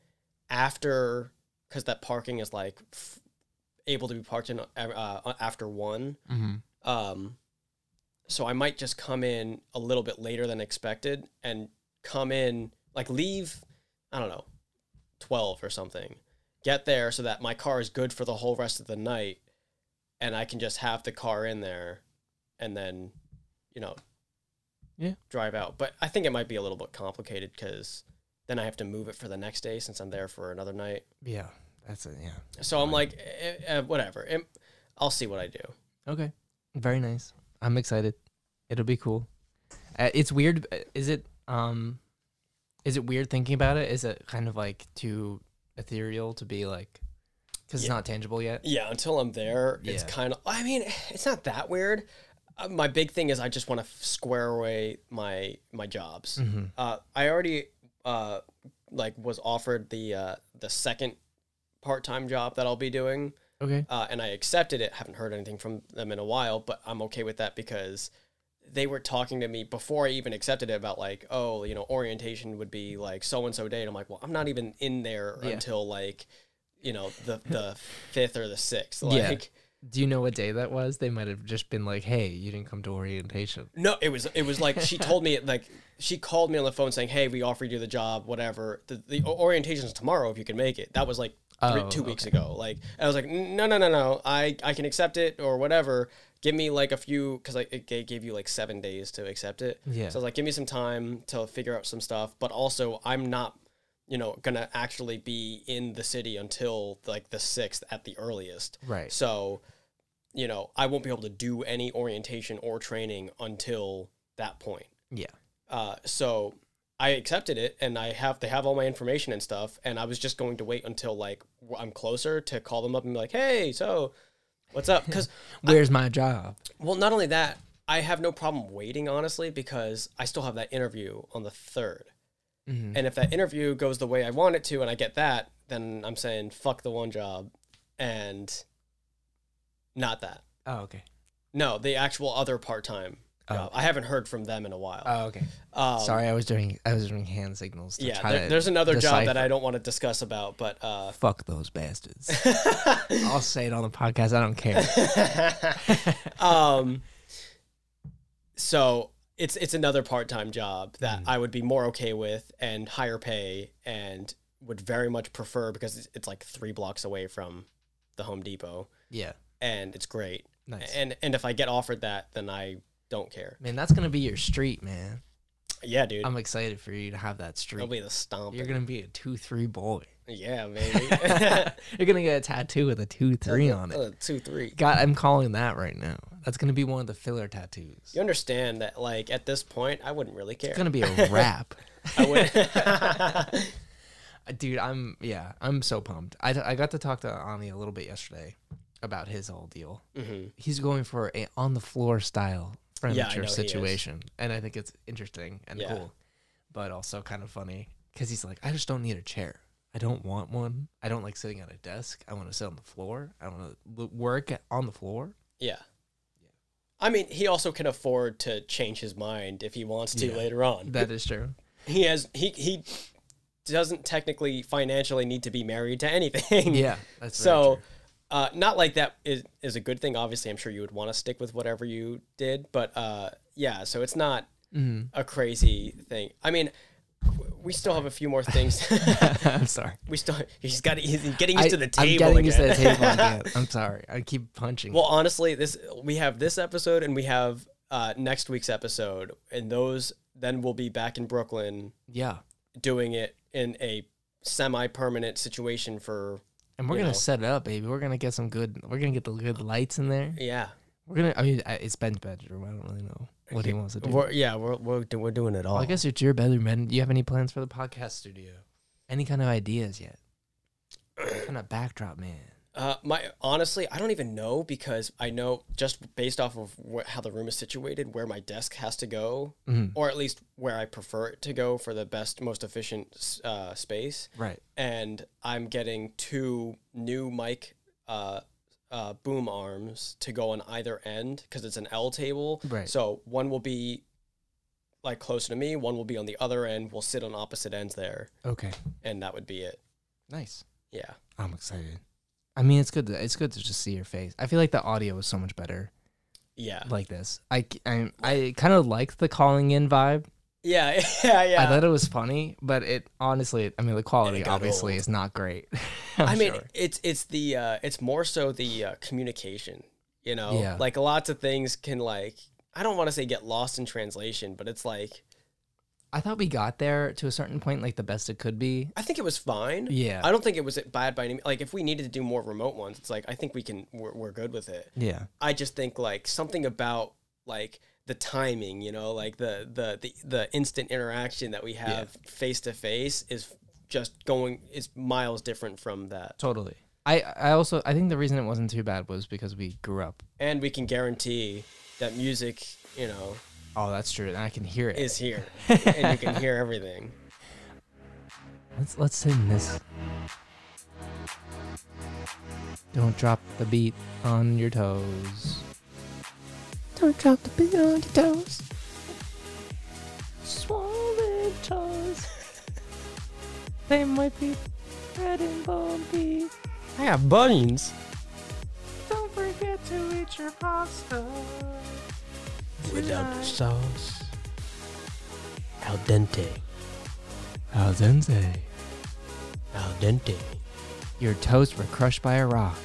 S2: after because that parking is like f- able to be parked in uh, uh, after one.
S1: Mm-hmm.
S2: Um, so I might just come in a little bit later than expected and come in, like leave, I don't know, 12 or something. Get there so that my car is good for the whole rest of the night and I can just have the car in there and then, you know,
S1: Yeah.
S2: drive out. But I think it might be a little bit complicated because then I have to move it for the next day since I'm there for another night.
S1: Yeah, that's it. Yeah.
S2: So I'm like, eh, eh, whatever. Em- I'll see what I do.
S1: Okay. Very nice. I'm excited. It'll be cool. Uh, it's weird. uh, Is it? Um, is it weird thinking about it? Is it kind of like too ethereal to be like? Because it's
S2: Yeah.
S1: not tangible yet.
S2: Yeah, until I'm there, it's
S1: Yeah.
S2: kind of. I mean, it's not that weird. Uh, my big thing is I just want to square away my my jobs. Uh, I already uh, like was offered the uh, the second part time job that I'll be doing,
S1: Okay.
S2: uh, and I accepted it. Haven't heard anything from them in a while, but I'm okay with that because they were talking to me before I even accepted it about like, oh, you know, orientation would be like so and so day, and I'm like, well, I'm not even in there
S1: Yeah.
S2: until like, you know, the the fifth or the sixth. Like,
S1: Yeah. Do you know what day that was? They might have just been like, "Hey, you didn't come to orientation."
S2: no, it was it was like she told me like she called me on the phone saying, hey, we offered you the job, whatever. The, the orientation's tomorrow if you can make it. That was like three,
S1: Oh,
S2: two weeks ago. Like I was like, no, no, no, no. I I can accept it or whatever. Give me like a few because like it ga- gave you like seven days to accept it.
S1: Yeah.
S2: So I was like, give me some time to figure out some stuff. But also, I'm not, you know, gonna actually be in the city until like the sixth at the earliest.
S1: Right.
S2: So, you know, I won't be able to do any orientation or training until that point.
S1: Yeah.
S2: Uh, so I accepted it, and I have they have all my information and stuff, and I was just going to wait until like w- I'm closer to call them up and be like, hey, so what's up? Because
S1: Where's my job?
S2: well, not only that, I have no problem waiting honestly because I still have that interview on the third,
S1: Mhm.
S2: and if that interview goes the way I want it to, and I get that, then I'm saying fuck the one job, and not that.
S1: Oh, okay.
S2: No, the actual other part time.
S1: Oh,
S2: job. I haven't heard from them in a while.
S1: Oh, okay.
S2: Um,
S1: Sorry, I was doing I was doing hand signals. To
S2: Yeah,
S1: try
S2: there,
S1: to
S2: there's another job that
S1: decipher.
S2: I don't want to discuss about, but uh,
S1: fuck those bastards. I'll say it on the podcast. I don't care.
S2: um, so it's it's another part time job
S1: Mm.
S2: that I would be more okay with and higher pay and would very much prefer because it's, it's like three blocks away from the Home Depot
S1: yeah.
S2: and it's great.
S1: Nice.
S2: And and if I get offered that, then I don't care.
S1: Man, that's gonna be your street, man.
S2: Yeah, dude,
S1: I'm excited for you to have that
S2: it'll
S1: street.
S2: be the stomp.
S1: You're gonna be a two three boy.
S2: Yeah, baby.
S1: You're gonna get a tattoo with a two three on it.
S2: Uh, two, three.
S1: God, I'm calling that right now. That's gonna be one of the filler tattoos.
S2: You understand that, like at this point, I wouldn't really care.
S1: It's gonna be a wrap.
S2: I would.
S1: dude i'm yeah i'm so pumped I, I got to talk to ani a little bit yesterday about his whole deal
S2: Mhm.
S1: he's going for a on the floor style
S2: I
S1: furniture
S2: know he is.
S1: situation and i think it's interesting and
S2: Yeah.
S1: cool but also kind of funny because he's like i just don't need a chair i don't want one i don't like sitting at a desk i want to sit on the floor i want to work on the floor
S2: Yeah. I mean, he also can afford to change his mind if he wants to
S1: Yeah.
S2: later on.
S1: that is true
S2: He has he he doesn't technically financially need to be married to anything.
S1: yeah that's very
S2: So,
S1: true.
S2: uh, not like that is is a good thing. Obviously, I'm sure you would want to stick with whatever you did, but uh, yeah. So it's not
S1: Mm-hmm.
S2: a crazy thing. I mean, w- we still have a few more things.
S1: i'm sorry
S2: we still he's got he's getting used to the
S1: I,
S2: table.
S1: am getting used to
S2: again.
S1: the table again. i'm sorry i keep punching
S2: Well, honestly, this we have this episode and we have uh, next week's episode, and those then we'll be back in Brooklyn
S1: yeah
S2: doing it in a semi-permanent situation for
S1: And we're
S2: you
S1: gonna
S2: know.
S1: set it up, baby. We're gonna get some good. We're gonna get the good lights in there.
S2: yeah,
S1: We're gonna. I mean, I- it's Ben's bedroom. I don't really know what he wants to do.
S2: we're, yeah, we're we're, do- we're doing it all.
S1: Well, I guess it's your bedroom, Ben. Do you have any plans for the podcast studio? Any kind of ideas yet? kind of backdrop, man.
S2: Uh, my honestly, I don't even know because I know just based off of wh- how the room is situated, where my desk has to go,
S1: Mhm.
S2: or at least where I prefer it to go for the best, most efficient s- uh, space.
S1: Right.
S2: and I'm getting two new mic uh, uh, boom arms to go on either end because it's an L table.
S1: Right.
S2: So one will be like closer to me. One will be on the other end. We'll sit on opposite ends there,
S1: Okay.
S2: and that would be it.
S1: Nice.
S2: Yeah.
S1: I'm excited. I mean, it's good. To, it's good to just see your face. I feel like the audio is so much better
S2: Yeah.
S1: like this. I I, I kind of liked the calling in vibe.
S2: Yeah. Yeah. Yeah.
S1: I thought it was funny, but it honestly, I mean, the quality
S2: got
S1: obviously
S2: old.
S1: is not great.
S2: I
S1: i
S2: mean, it's it's the uh, it's more so the uh, communication. You know,
S1: Yeah.
S2: like lots of things can like I don't want to say get lost in translation, but it's like
S1: I thought we got there to a certain point, like the best it could be.
S2: I think it was fine.
S1: Yeah.
S2: I don't think it was bad by any. Like if we needed to do more remote ones, it's like I think we can. We're, we're good with it.
S1: yeah.
S2: I just think like something about like the timing, you know, like the the the, the instant interaction that we have face to face is just going is miles different from that.
S1: Totally. I I also I think the reason it wasn't too bad was because we grew up.
S2: And we can guarantee that music, you know,
S1: Oh, that's true. And I can hear it.
S2: is here. and you can hear everything.
S1: Let's let's sing this. Don't drop the beat on your toes. Don't drop the beat on your toes. Swollen toes. they might be red and bumpy.
S2: I got bunions.
S1: Don't forget to eat your pasta.
S2: Without the sauce. Al dente.
S1: Al dente.
S2: Al dente.
S1: Your toes were crushed by a rock.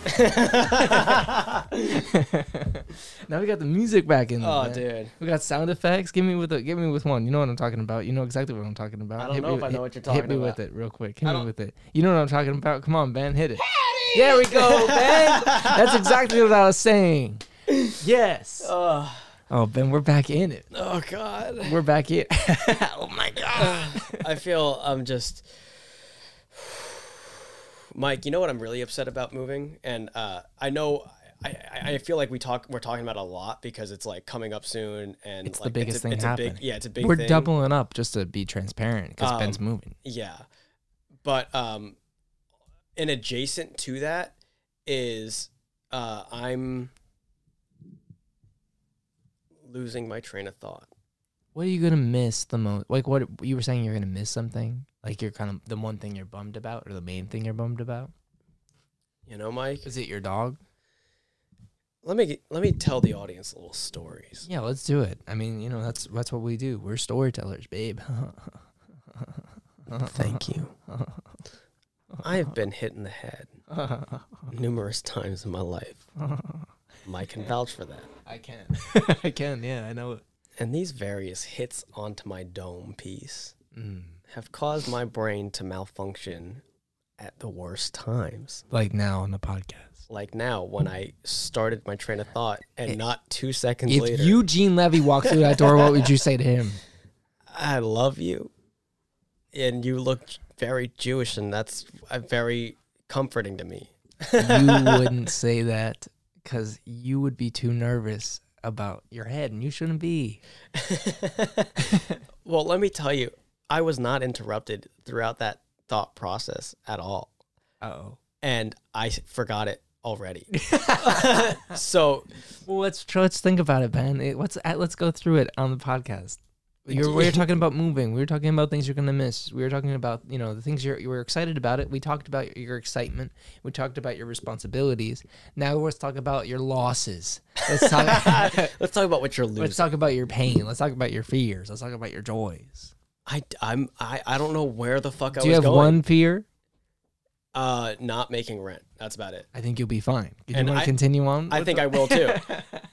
S1: now we got the music back in.
S2: Oh,
S1: there.
S2: dude.
S1: We got sound effects. Give me with a, give me with one. You know what I'm talking about. You know exactly what I'm talking about.
S2: I don't know
S1: me,
S2: if I know what you're
S1: Hit
S2: talking
S1: me
S2: about.
S1: with it real quick. Hit
S2: I
S1: me
S2: don't-
S1: with it. You know what I'm talking about. Come on, Ben, hit it. There we go, Ben. That's exactly what I was saying. Yes.
S2: Oh,
S1: Oh, Ben, we're back in it.
S2: oh God.
S1: We're back in. oh my god.
S2: I feel I'm just. Mike, you know what I'm really upset about moving, and uh, I know I, I, I feel like we talk we're talking about it a lot because it's like coming up soon, and
S1: It's the
S2: like,
S1: biggest
S2: a,
S1: thing
S2: it's A
S1: happening.
S2: big, yeah, it's a big.
S1: we're
S2: thing.
S1: doubling up just to be transparent because
S2: Um,
S1: Ben's moving.
S2: Yeah. But um and adjacent to that is uh I'm losing my train of thought.
S1: What are you gonna miss the most? Like what you were saying, you're gonna miss something. Like you're kind of the one thing you're bummed about, or the main thing you're bummed about.
S2: You know, Mike?
S1: Is it your dog?
S2: Let me let me tell the audience little stories.
S1: Yeah, let's do it. I mean, you know, that's that's what we do. We're storytellers, babe.
S2: Thank you. I've been hit in the head numerous times in my life. Mike can vouch for that.
S1: I can. I can. Yeah, I know it.
S2: And these various hits onto my dome piece
S1: Mm.
S2: have caused my brain to malfunction at the worst times.
S1: Like now on the podcast.
S2: like now when I started my train of thought and not two seconds
S1: If
S2: later,
S1: Eugene Levy walked through that door, what would you say to him?
S2: I love you. And you look very Jewish, and that's uh, very comforting to me.
S1: You wouldn't say that because you would be too nervous about your head, and you shouldn't be.
S2: Well, let me tell you, I was not interrupted throughout that thought process at all.
S1: Oh.
S2: And I s- forgot it already. so,
S1: Well, let's tr- let's think about it, Ben. It, let's uh, let's go through it on the podcast. You're, we were talking about moving. We were talking about things you're gonna miss. We were talking about you know the things you're you were excited about it. We talked about your excitement. We talked about your responsibilities. Now let's talk about your losses. Let's talk.
S2: let's talk about what you're losing.
S1: let's talk about your pain. Let's talk about your fears. Let's talk about your joys.
S2: I, I'm, I, I don't know where the fuck I
S1: Do you
S2: was
S1: have
S2: going.
S1: one fear?
S2: Uh, not making rent. That's about it.
S1: I think you'll be fine. Do you
S2: And
S1: want to
S2: I-
S1: continue on?
S2: I
S1: with
S2: think
S1: the-
S2: I will too.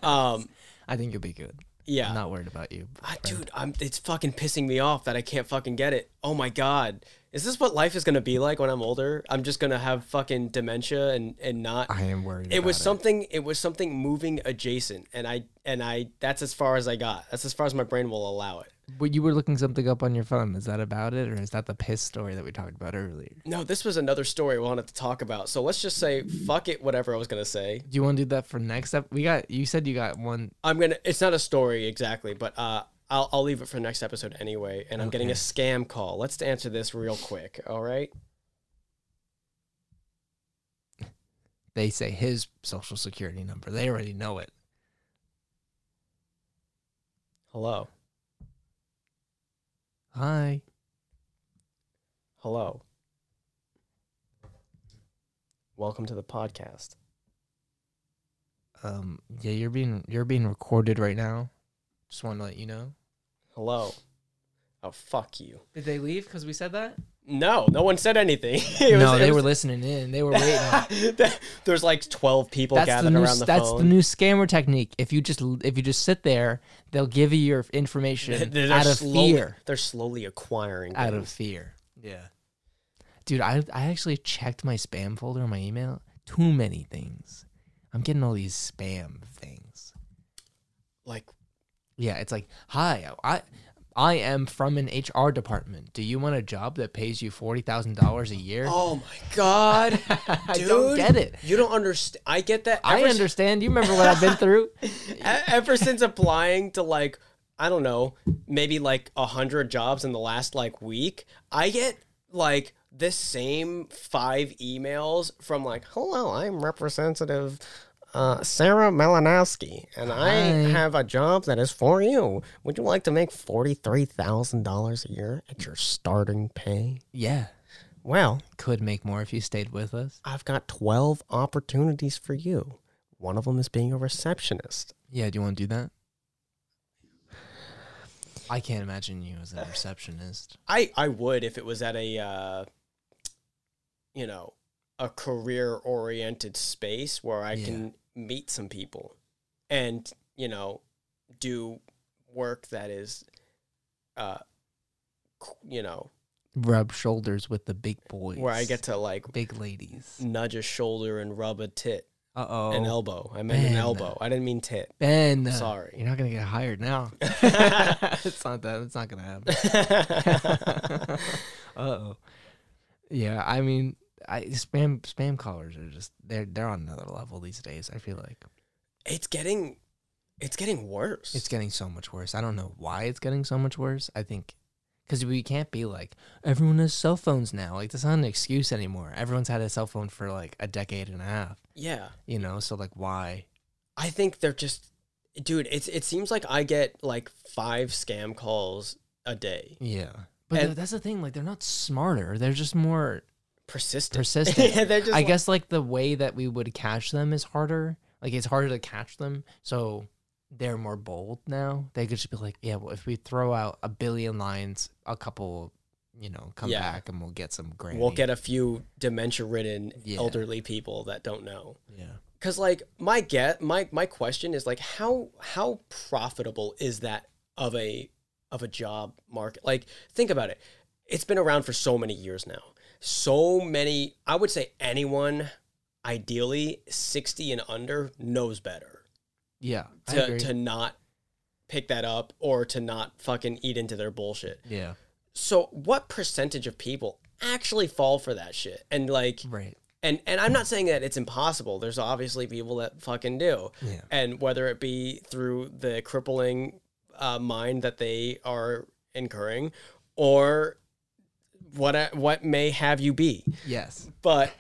S2: Um,
S1: I think you'll be good.
S2: yeah.
S1: I'm not worried about you.
S2: Ah, dude, I'm it's fucking pissing me off that I can't fucking get it. Oh my god. Is this what life is gonna be like when I'm older? I'm just gonna have fucking dementia and and not
S1: I am worried.
S2: it was
S1: about
S2: something it was something moving adjacent and I and I that's as far as I got. That's as far as my brain will allow it.
S1: Well, you were looking something up on your phone. Is that about it, or is that the piss story that we talked about earlier?
S2: No, this was another story we wanted to talk about. So let's just say fuck it whatever I was gonna say.
S1: Do you want to do that for next up? We got. You said you got one.
S2: I'm gonna it's not a story exactly, but uh I'll, I'll leave it for next episode anyway, and I'm getting a
S1: Okay.
S2: scam call. Let's answer this real quick, all right?
S1: They say his social security number. They already know it.
S2: Hello.
S1: Hi.
S2: Hello. Welcome to the podcast.
S1: Um. Yeah, you're being you're being recorded right now. Just want to let you know.
S2: Hello. Oh, fuck you.
S1: Did they leave because we said that?
S2: No, no one said anything. It
S1: no,
S2: was-
S1: they
S2: it
S1: were
S2: was-
S1: listening in. They were waiting.
S2: There's like 12 people
S1: that's the
S2: gathered
S1: new
S2: around the
S1: that's
S2: phone.
S1: the new scammer technique. If you just if you just sit there, they'll give you your information
S2: they're,
S1: out of
S2: slowly,
S1: fear.
S2: they're slowly acquiring
S1: Out of
S2: things.
S1: fear. Yeah. Dude, I I actually checked my spam folder on my email. Too many things. I'm getting all these spam things.
S2: like
S1: Yeah, it's like, hi, I I am from an HR department. Do you want a job that pays you forty thousand dollars a year?
S2: oh my god
S1: I
S2: dude,
S1: don't get it.
S2: you don't understand i get that
S1: I
S2: ever, s-
S1: understand. You remember what I've been through?
S2: e- ever since applying to like i don't know maybe like a 100 jobs in the last like week i get like this same five emails from like hello i'm representative uh, Sarah Malinowski, and I
S1: Hi.
S2: have a job that is for you. Would you like to make $43,000 a year at your starting pay?
S1: Yeah,
S2: Well,
S1: could make more if you stayed with us.
S2: I've got 12 opportunities for you. One of them is being a receptionist.
S1: Yeah, do you want to do that? I can't imagine you as a receptionist.
S2: I, I would if it was at a, uh, you know, a career oriented space where I
S1: Yeah.
S2: can meet some people and, you know, do work that is, uh, qu- you know,
S1: Rub shoulders with the big boys.
S2: where I get to like
S1: big ladies.
S2: nudge a shoulder and rub a tit,
S1: Uh oh.
S2: an elbow. I meant an
S1: man.
S2: elbow. I didn't mean tit.
S1: ben,
S2: Sorry.
S1: you're not gonna get hired now. it's not that. It's not gonna happen. uh oh. Yeah, I mean, I spam spam callers are just they're they're on another level these days. I feel like
S2: it's getting it's getting worse.
S1: it's getting so much worse. I don't know why it's getting so much worse. I think because we can't be like everyone has cell phones now. Like that's not an excuse anymore. Everyone's had a cell phone for like a decade and a half.
S2: yeah.
S1: You know, so like why?
S2: I think they're just dude, it's it seems like I get like 5 scam calls a day.
S1: Yeah. But
S2: And-
S1: th- that's the thing. Like they're not smarter. They're just more
S2: Persistent.
S1: persistent.
S2: Yeah, they're just
S1: I
S2: like-
S1: guess like the way that we would catch them is harder. Like it's harder to catch them, so they're more bold now. They could just be like, yeah, well, if we throw out a billion lines, a couple, you know, come
S2: Yeah.
S1: back and we'll get some granny.
S2: we'll get a few dementia-ridden
S1: Yeah.
S2: elderly people that don't know.
S1: yeah,
S2: Cuz like my get my my question is like how how profitable is that of a of a job market? Like think about it. It's been around for so many years now. So many I would say anyone ideally 60 and under knows better.
S1: yeah, I
S2: to,
S1: agree.
S2: to not pick that up or to not fucking eat into their bullshit.
S1: yeah,
S2: So what percentage of people actually fall for that shit? And like
S1: right,
S2: and and I'm not saying that it's impossible. There's obviously people that fucking do.
S1: yeah,
S2: And whether it be through the crippling uh, mind that they are incurring or what uh, what may have you be.
S1: yes,
S2: But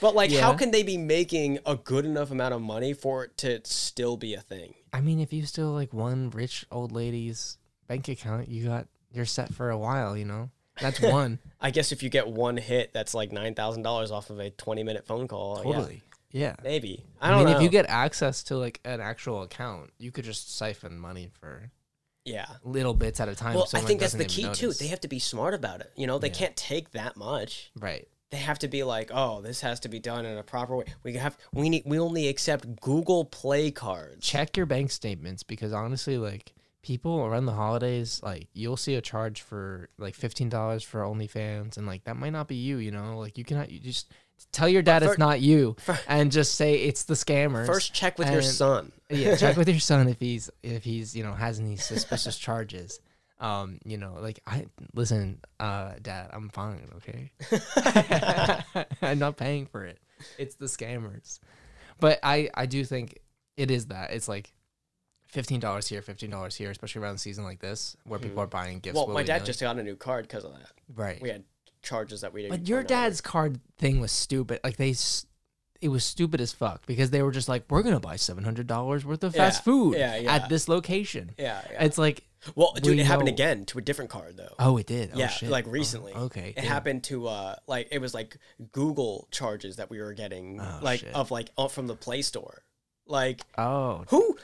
S2: but like how
S1: Yeah.
S2: can they be making a good enough amount of money for it to still be a thing?
S1: I mean, if you still like one rich old lady's bank account, you got you're set for a while. You know, that's one
S2: I guess if you get one hit, that's like nine thousand dollars off of a twenty-minute phone call. Yeah,
S1: totally. Yeah,
S2: maybe. I
S1: I,
S2: don't
S1: mean,
S2: know.
S1: if you get access to like an actual account, you could just siphon money for
S2: yeah.
S1: little bits at a time.
S2: Well,
S1: if
S2: I
S1: someone
S2: think that's the
S1: doesn't
S2: key
S1: even
S2: too.
S1: notice.
S2: They have to be smart about it. You know, they
S1: Yeah.
S2: can't take that much.
S1: right.
S2: They have to be like, oh, this has to be done in a proper way. We have we need we only accept Google Play cards.
S1: Check your bank statements because honestly, like people around the holidays, like you'll see a charge for like fifteen dollars for OnlyFans, and like that might not be you. You know, like you cannot you just tell your dad
S2: fir-
S1: it's not you, and just say it's the scammers.
S2: First, check with your
S1: And-
S2: son.
S1: yeah, check with your son if he's if he's you know has any suspicious charges. Um, you know, like I listen, uh, Dad, I'm fine, okay. I'm not paying for it. It's the scammers, but I I do think it is that it's like. Fifteen dollars here, fifteen dollars here, especially around a season like this where people are buying gifts.
S2: Hmm. Well, my dad
S1: willy-nilly.
S2: just got a new card because of that.
S1: right.
S2: We had charges that we didn't.
S1: But your
S2: find out about.
S1: dad's card thing was stupid. Like they, s- it was stupid as fuck because they were just like, we're gonna buy seven hundred dollars worth of
S2: Yeah,
S1: fast food
S2: yeah, yeah.
S1: at this location.
S2: Yeah, yeah.
S1: It's like
S2: Well, dude,
S1: We
S2: it happened
S1: know-
S2: again to a different card though.
S1: Oh, it did. Oh,
S2: yeah,
S1: shit.
S2: like
S1: Oh,
S2: recently.
S1: okay.
S2: It
S1: good.
S2: happened to uh like it was like Google charges that we were getting
S1: Oh,
S2: like
S1: shit.
S2: of like uh, from the Play Store. Like
S1: Oh,
S2: who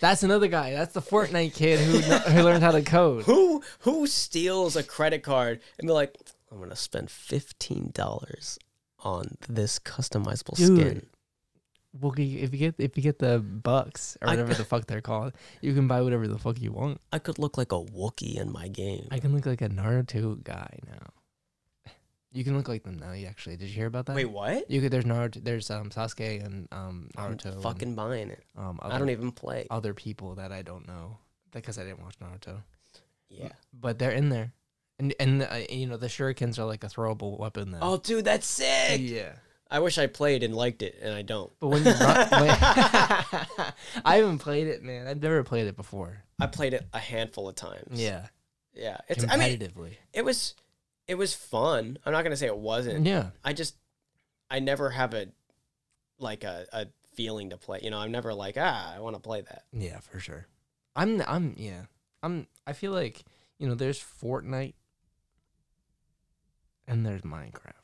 S1: that's another guy. That's the Fortnite kid who kn- who learned how to code.
S2: who who steals a credit card and be like, I'm gonna spend fifteen dollars on this customizable
S1: Dude,
S2: skin.
S1: Well, you- if you get if you get the bucks or
S2: I-
S1: whatever the fuck they're called, you can buy whatever the fuck you want.
S2: I could look like a Wookiee in my game.
S1: I can look like a Naruto guy now. You can look like them now. You actually did you hear about that?
S2: Wait, what?
S1: You could there's Naruto, there's um Sasuke and um
S2: I'm
S1: Naruto. and,
S2: fucking buying it.
S1: um other,
S2: I don't even play.
S1: other people that I don't know because I didn't watch Naruto.
S2: yeah.
S1: But they're in there, and and uh, you know the shurikens are like a throwable weapon. Then.
S2: Oh, dude, that's sick.
S1: yeah.
S2: I wish I played and liked it, and I don't.
S1: But when you run, when- I haven't played it, man. I've never played it before.
S2: I played it a handful of times.
S1: Yeah,
S2: yeah. It's. I mean,
S1: competitively.
S2: it was, it was fun. I'm not gonna say it wasn't.
S1: yeah,
S2: I just, I never have a, like a, a feeling to play. You know, I'm never like ah, I want to play that.
S1: yeah, for sure. I'm, I'm, yeah, I'm. I feel like you know, there's Fortnite, and there's Minecraft.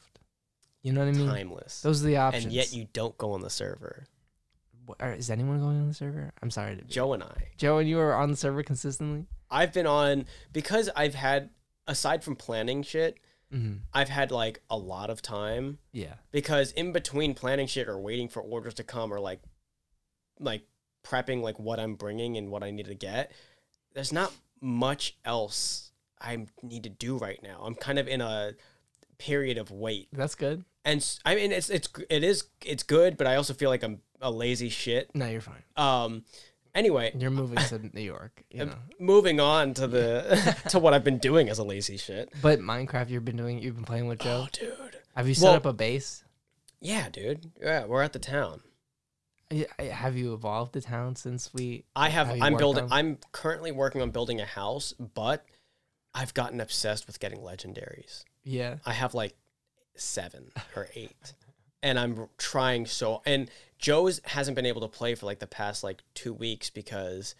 S1: You know what I mean?
S2: Timeless.
S1: Those are the options.
S2: and yet you don't go on the server.
S1: Wh- or is anyone going on the server? I'm sorry, to be.
S2: Joe and I.
S1: Joe, and you are on the server consistently.
S2: I've been on because I've had aside from planning shit,
S1: Mm-hmm.
S2: I've had like a lot of time
S1: Yeah,
S2: because in between planning shit or waiting for orders to come or like like prepping like what I'm bringing and what I need to get, there's not much else I need to do right now. I'm kind of in a period of wait.
S1: that's good.
S2: And s- I mean it's it's it is it's good, but I also feel like I'm a lazy shit.
S1: No, you're fine.
S2: Um anyway,
S1: You're moving to New York, you
S2: Um,
S1: know.
S2: moving on to the to what I've been doing as a lazy shit.
S1: But Minecraft, you've been doing, you've been playing with Joe.
S2: Oh dude.
S1: Have you set
S2: well-
S1: up a base?
S2: Yeah, dude. Yeah, we're at the town.
S1: I- I- Have you evolved the town since we?
S2: I have.
S1: how you
S2: I'm
S1: worked
S2: building.
S1: on?
S2: I'm currently working on building a house, but I've gotten obsessed with getting legendaries.
S1: Yeah.
S2: I have like seven or eight, and I'm trying so. And Joe's hasn't been able to play for like the past like two weeks because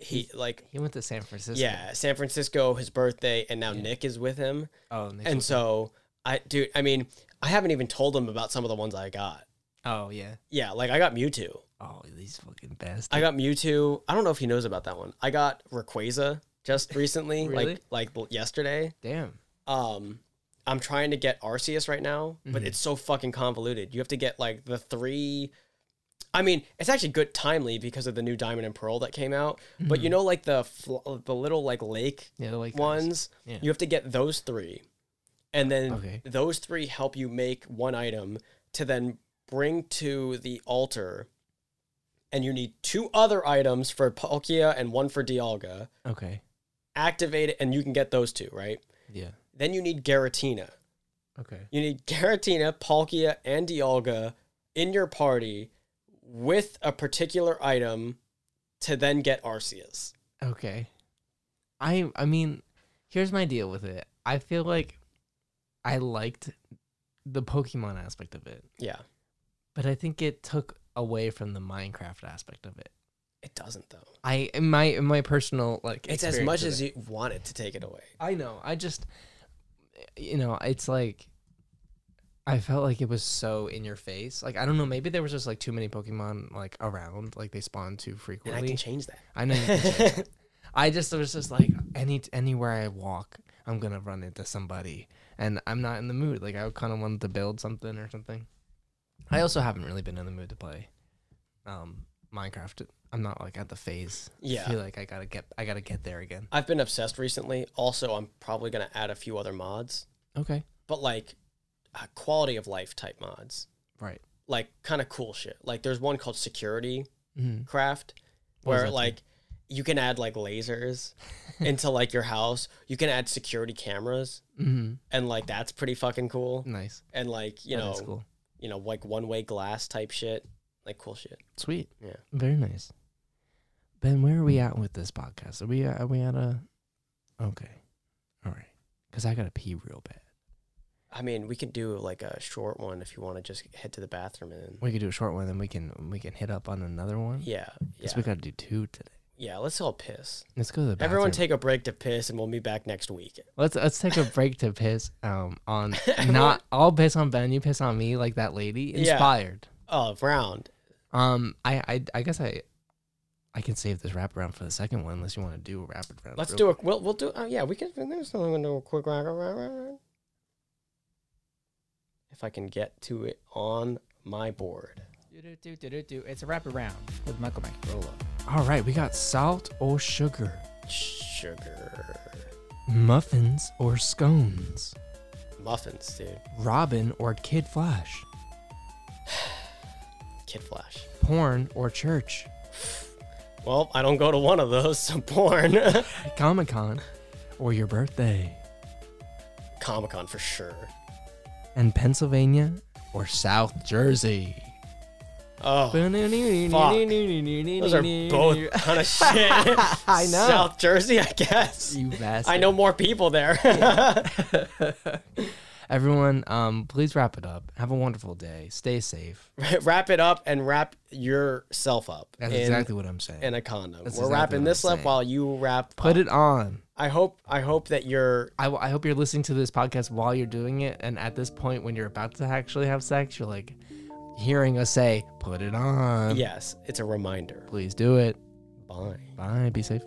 S2: he like
S1: He went to San Francisco.
S2: yeah San Francisco, his birthday, and now
S1: Yeah.
S2: Nick is with him,
S1: Oh, Nick
S2: and
S1: was-
S2: so I dude. I mean, I haven't even told him about some of the ones I got.
S1: oh yeah.
S2: Yeah, like I got Mewtwo.
S1: Oh, these fucking bastards.
S2: I got Mewtwo. I don't know if he knows about that one. I got Rayquaza just recently,
S1: Really?
S2: like like bl- yesterday.
S1: Damn.
S2: Um, I'm trying to get Arceus right now, but
S1: Mhm.
S2: it's so fucking convoluted. You have to get like the three. I mean, it's actually good timely because of the new Diamond and Pearl that came out. But you
S1: Mm-hmm.
S2: know, like the fl- the little like lake
S1: Yeah, they're like
S2: ones,
S1: Yeah.
S2: you have to get those three, and then
S1: Okay.
S2: those three help you make one item to then bring to the altar. And you need two other items for Palkia and one for Dialga.
S1: Okay.
S2: Activate it, and you can get those two right.
S1: Yeah.
S2: Then you need Garatina.
S1: Okay.
S2: You need Garatina, Palkia, and Dialga in your party with a particular item to then get Arceus.
S1: Okay. I I mean, here's my deal with it. I feel like I liked the Pokemon aspect of it,
S2: Yeah,
S1: but I think it took away from the Minecraft aspect of it.
S2: it doesn't though.
S1: I in my in my personal like
S2: It's as
S1: experience
S2: much
S1: with it.
S2: as you want it to take it away.
S1: I know. I just, you know, it's like, I felt like it was so in your face. Like I don't know. Maybe there was just like too many Pokemon like around. Like they spawn too
S2: And I
S1: frequently.
S2: can change that.
S1: I, know. You can change that. I just was just like any anywhere I walk, I'm gonna run into somebody, and I'm not in the mood. Like I kind of wanted to build something or something. I also haven't really been in the mood to play, um, Minecraft. I'm not like at the phase.
S2: Yeah.
S1: I feel like I gotta get I gotta get there again.
S2: I've been obsessed recently. Also, I'm probably going to add a few other mods,
S1: Okay.
S2: but like uh, quality of life type mods.
S1: Right.
S2: Like kind of cool shit. Like there's one called Security
S1: Mm-hmm.
S2: Craft
S1: What does
S2: where
S1: that do?
S2: like you can add like lasers into like your house. You can add security cameras
S1: Mm-hmm.
S2: and like that's pretty fucking cool.
S1: Nice.
S2: And like, you know,
S1: that's cool.
S2: you know, like one-way glass type shit. Like cool shit.
S1: Sweet.
S2: Yeah.
S1: Very nice. Ben, where are we at with this podcast? Are we are we at a? Okay. All right. Because I gotta pee real bad.
S2: I mean, we could do like a short one if you want to just head to the bathroom and
S1: We could do a short one, then we can we can hit up on another one.
S2: yeah, yeah.
S1: Guess we gotta do two today.
S2: Yeah, let's all piss.
S1: Let's go to the bathroom.
S2: Everyone take a break to piss, and we'll be back next week.
S1: let's let's take a break to piss um on not I'll piss on Ben, you piss on me like that lady.
S2: Yeah.
S1: Inspired.
S2: Oh, round.
S1: Um I, I I guess I I can save this wraparound for the second one unless you want to do a rapid round.
S2: Let's
S1: real
S2: do a. We'll we'll do. Oh yeah, we can. There's something we do a quick round, round, round, round. If I can get to it on my board,
S3: Do-do-do-do-do-do. It's a wraparound with Michael May.
S2: roll up
S1: All right, we got salt or sugar,
S2: sugar
S1: muffins or scones,
S2: muffins, dude.
S1: Robin or Kid Flash,
S2: Kid Flash.
S1: porn or church,
S2: Well, I don't go to one of those. So porn,
S1: Comic Con or your birthday,
S2: Comic Con for sure.
S1: and Pennsylvania or South Jersey.
S2: Oh,
S1: Those
S2: those are both kind of shit. I
S1: know.
S2: South Jersey, I guess.
S1: You bastard.
S2: I know more people there.
S1: Everyone, um, please wrap it up. Have a wonderful day. Stay safe.
S2: wrap it up and wrap yourself up.
S1: That's
S2: in-
S1: exactly what I'm saying.
S2: in a condom.
S1: That's
S2: We're
S1: exactly
S2: wrapping
S1: what
S2: this
S1: I'm
S2: up
S1: saying.
S2: while you wrap.
S1: Put
S2: up.
S1: it on.
S2: I hope. I hope that you're.
S1: I, I hope you're listening to this podcast while you're doing it. And at this point, when you're about to actually have sex, you're like hearing us say, put it on.
S2: Yes, it's a reminder.
S1: Please do it.
S2: Bye.
S1: Bye. Be safe.